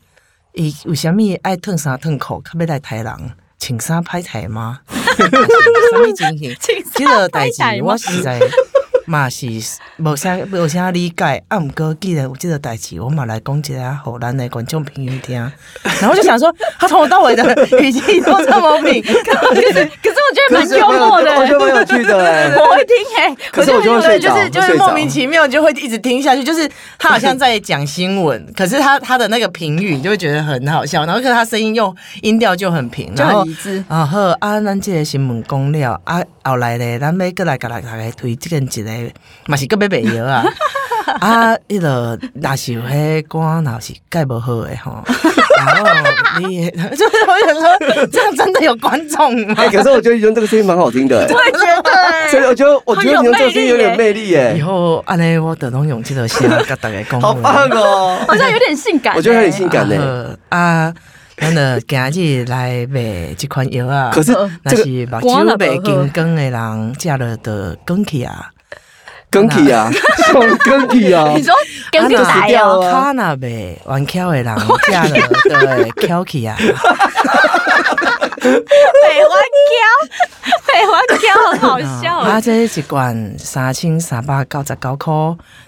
S3: 影，伊为虾米爱脱衫脱裤，较要来杀人？穿衫歹杀吗？啊是什么情 形？即个代志我实在嘛是无啥无啥理解，啊，毋过既然有即个代志，我嘛来讲一下，互咱的观众朋友听。然后就想说，他从头到尾的语气都这么平，
S1: 可是我觉得蛮幽默的、
S2: 我觉得蛮有趣的 哎。
S1: 我会听哎、
S2: 可是我就会
S3: 对，
S2: 睡
S3: 就
S2: 着，
S3: 是就
S2: 会
S3: 是
S2: 睡着
S3: 莫名其妙就会一直听下去，就是他好像在讲新闻，可是他他的那个评语就会觉得很好笑，然后可是他声音又音调就很平，
S1: 就
S3: 然后
S1: 很理智
S3: 啊好啊，咱这个新闻讲了啊，后来咧，咱要过来甲大家推荐一个，嘛是个要卖药啊。啊，迄落若是有迄歌，若是盖无好诶吼。然后你 就是我想说，这样真的有观众吗？
S2: 哎，可是我觉得你用这个声音蛮好听的哎。
S1: 我也觉得、
S2: 欸所以我觉得，我觉得你用这个声音有点魅力欸
S3: 以
S2: 耶，
S3: 后安尼我得拢用即个声甲大家讲话。
S2: 好棒哦！
S1: 好像有点性感、哎
S2: 我觉得有点性感呢、
S3: 好啊，咱就今日来卖这款药啊。
S2: 可是
S3: 那
S2: 这
S3: 是
S2: 个
S3: 目睭袂金光的人，食了的光去啊。
S2: 更替啊，送 更替啊
S1: 你，说跟屁
S2: 就死
S1: 来
S2: 掉
S1: 哦
S2: 了，啊
S3: 卡那呗，玩翘的 人嫁了，对，翘起啊，
S1: 北湾雕，北湾雕很好笑
S3: 啊，这一罐三千三百九十九块，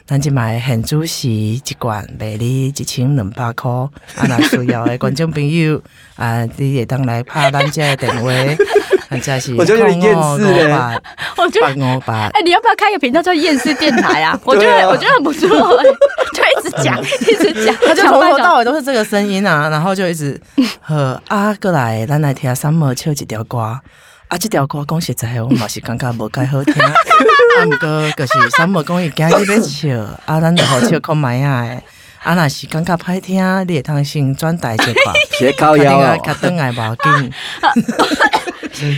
S3: 咱即卖现主席一罐卖你一千两百块。啊，若需要的观众朋友啊，你会当来拍咱这个电话，咱这 是
S2: 我觉得有点厌世嘞
S3: 八
S1: 我觉得，
S3: 五八
S1: 哎、你要不要开个频道叫厌世电台啊？我觉
S2: 对
S1: 得，
S2: 啊
S1: 我觉得很不错、哎就一直讲，一直讲，
S3: 他就
S1: 讲
S3: 从
S1: 半
S3: 头
S1: 小
S3: 到尾都是这个声音啊，然后就 一直呵啊过来，咱来听 Summer 唱一条歌。啊，这条歌讲实在的，哦我嘛是感觉无介好 听。啊，毋过就是 Summer 讲伊今日要笑，啊，咱就好笑看卖啊的。啊，若是感觉歹听，你会当先转台一吧。
S2: 斜 靠腰
S3: 啊，
S2: 哦，
S3: 甲转来 无紧。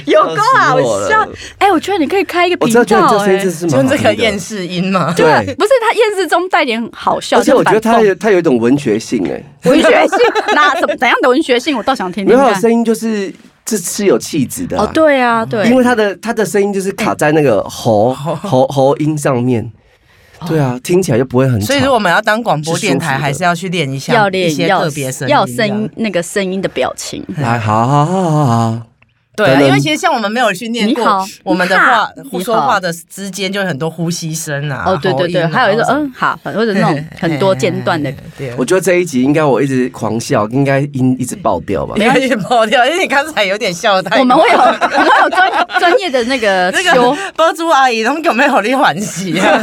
S1: 有够好笑
S2: 笑死我了！
S1: 哎、我觉得你可以开一个
S2: 我
S1: 频
S2: 真
S1: 道、
S2: 的觉得欸这声
S1: 哎啊
S2: 音真是蛮好
S3: 就这
S2: 听
S3: 个
S2: 的
S3: 厌世音 嘛，
S2: 对。
S1: 不是他厌世中带点好笑，
S2: 而且我觉
S1: 就
S2: 得
S1: 是
S2: 它
S1: 反
S2: 有它有一种文学性哎、
S1: 讽文学性，那怎怎样的文学性，我倒想听
S2: 没
S1: 听
S2: 有它的
S1: 看。
S2: 声音就是这是有气质的、啊、
S1: 哦，对啊，对，
S2: 因为它的它的声音就是卡在那个喉喉喉音上面，对啊，听起来就不会很吵。
S3: 所以如果我们要当广播电
S2: 是舒
S3: 台，
S2: 服的
S3: 还是要去练一下
S1: 要
S3: 一
S1: 练
S3: 些
S1: 要
S3: 特别声音，
S1: 要声音。那个声音的表情，
S2: 来，哎好好好好好，
S3: 对啊，
S2: 等等
S3: 因为其实像我们没有训练
S1: 你好
S3: 过，我们的
S1: 你好
S3: 话
S1: 你好
S3: 说话的之间就有很多呼吸声啊。
S1: 哦，对对对，
S3: 喉音啊
S1: 还有一种
S3: 什么
S1: 嗯好，或者那 种很多间断的，
S3: 对，
S2: 我觉得这一集应该我一直狂笑，应该音一直爆掉吧
S3: 不？要去跑掉，因为你刚才有点笑得太。
S1: 我们会有我们会有专专业的那个
S3: 那
S1: 修
S3: 个，波珠阿姨，拢有没有你欢 喜啊？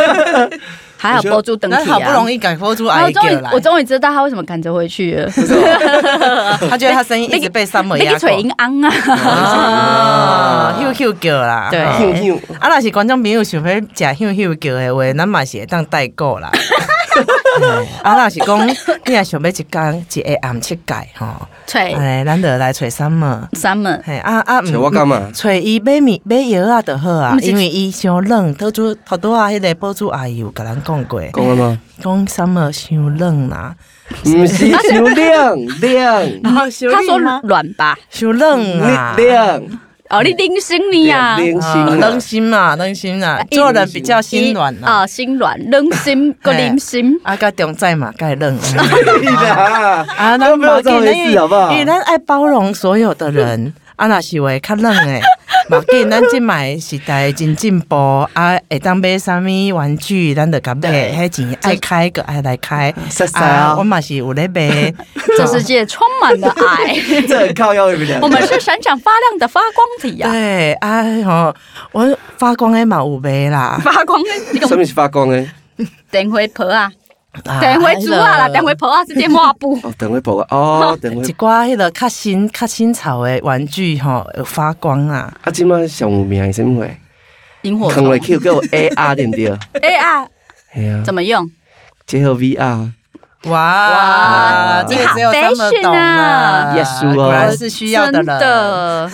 S1: 还有包住灯
S3: 那
S1: 体
S3: 好不容
S1: 易。
S3: 易改波珠
S1: 然
S3: 阿
S1: 后
S3: 姨
S1: 终
S3: 过
S1: 于，
S3: 来
S1: 我，终于知道他为什么赶着回去了。
S3: 她觉得她声音一直被 Summer
S1: 那
S3: 压
S1: 个
S3: 过
S1: 锤音昂啊，
S3: 啊，Q Q 叫啦，
S1: 对
S3: 哦
S2: 哼哼
S3: 啊，若是观众朋友想要食香香球的话，咱嘛是会当代购 啦。嗯啊，若是讲你若想要一工一下暗七改吼，
S1: 锤
S3: 哎，咱就来找什么？
S1: summer
S3: 嘿啊啊，
S2: 找我干嘛？
S3: 找伊买米买药啊就好啊
S1: 不，是
S3: 因为伊伤冷，头拄头拄啊，迄个保主阿姨有甲咱讲过，
S2: 够了吗？
S3: 讲什么伤冷啦，
S2: 不是修亮亮
S3: 他
S1: 啊他说软吧，
S3: 伤冷啊。
S2: 亮
S1: 哦，你零星你呀，
S2: 亮
S3: 啊
S2: 心
S3: 冷
S2: 了，
S3: 心嘛，冷心啊，做人比较心软啦。
S1: 啊，心软，冷心个零 心，
S3: 啊，甲中在嘛，甲 冷。
S2: 你的啊，
S3: 啊，
S2: 都没有这回
S3: 因为
S2: 事好不好
S3: 因？为咱爱包容所有的人，啊，若是话较冷 诶。嘛，紧咱即卖时代真进步，啊，会当买啥物玩具，咱就甲买，迄钱爱开个爱来开
S2: 塞。塞啊
S3: 啊，我嘛是有咧 买。
S1: 这世界充满了爱，
S2: 这很靠腰，你们两
S1: 我
S2: 个。
S1: 们是闪闪发亮的发光体 呀，
S3: 对，啊吼，我发光诶嘛有 卖啦，
S1: 发光的那
S2: 上
S1: 种
S2: 面是发光哎，，
S1: 电灰婆啊，
S3: 啊
S1: 电灰猪啊啦，
S3: 迄个
S1: 电灰婆啊是电话布
S2: 哦，等会跑啊，哦，等
S3: 一
S2: 会
S3: 寡迄个较新较新潮诶玩具吼，有发光啊。
S2: 啊，今麦上有名是什么货？
S1: 萤火
S2: 坑
S1: 虫
S2: 了 Q 给我 AR 对不对？
S1: 哎啊，
S2: 哎呀，
S1: 怎么用？
S2: 结合 VR，
S3: 哇，
S2: 哇
S3: 这个只有他们懂啊
S1: 你
S2: 好 fashion 啊 Yes，哦
S3: 果然是需要的
S1: 真
S3: 人。
S1: 的，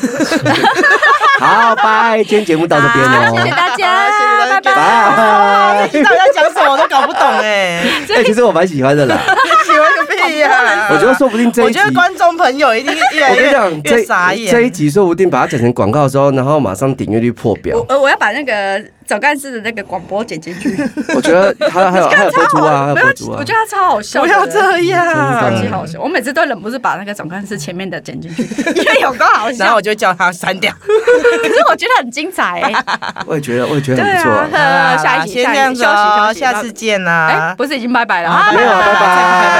S2: 好，拜，今天节目到这边
S1: 好谢谢
S2: 喽，
S1: 大家，拜拜。
S2: 拜。
S3: 大家讲什么我都搞不懂 哎，
S2: 哎，其实我蛮喜欢的啦，
S3: 喜欢个屁呀！
S2: 我觉得说不定这
S3: 我
S2: 一集
S3: 觉得。观众朋友一定越来
S2: 我跟你
S3: 越
S2: 讲，
S3: 越
S2: 这
S3: 傻
S2: 这一
S3: 眼。
S2: 集说不定把它剪成广告的时候，然后马上点阅率破
S1: 我
S2: 表。
S1: 呃，我要把那个总干事的那个广播剪进去，
S2: 我觉得还有还有还有播出啊，还有
S1: 没
S2: 播出
S1: 有，
S2: 啊
S1: 我觉。得他超好笑
S3: 不
S1: 的，
S3: 要这
S1: 超级
S3: 样，
S1: 好笑。我每次都忍不住把那个总干事前面的剪进去， 因为有够好
S3: 然后
S1: 笑
S3: 我。就叫他删掉。
S1: 可是我觉得很精彩、欸，
S2: 我也觉得，我也觉得
S1: 对
S2: 很 不
S1: 啊
S2: 错啊。，
S1: 呵下一集，
S3: 先这
S1: 下
S3: 样
S1: 一集
S3: 子
S1: 休息
S3: 哦，
S1: 休息，
S3: 下次见
S1: 哎、
S3: 啦。
S1: 不是已经拜拜了？
S3: 啊
S2: 没有啊，拜拜。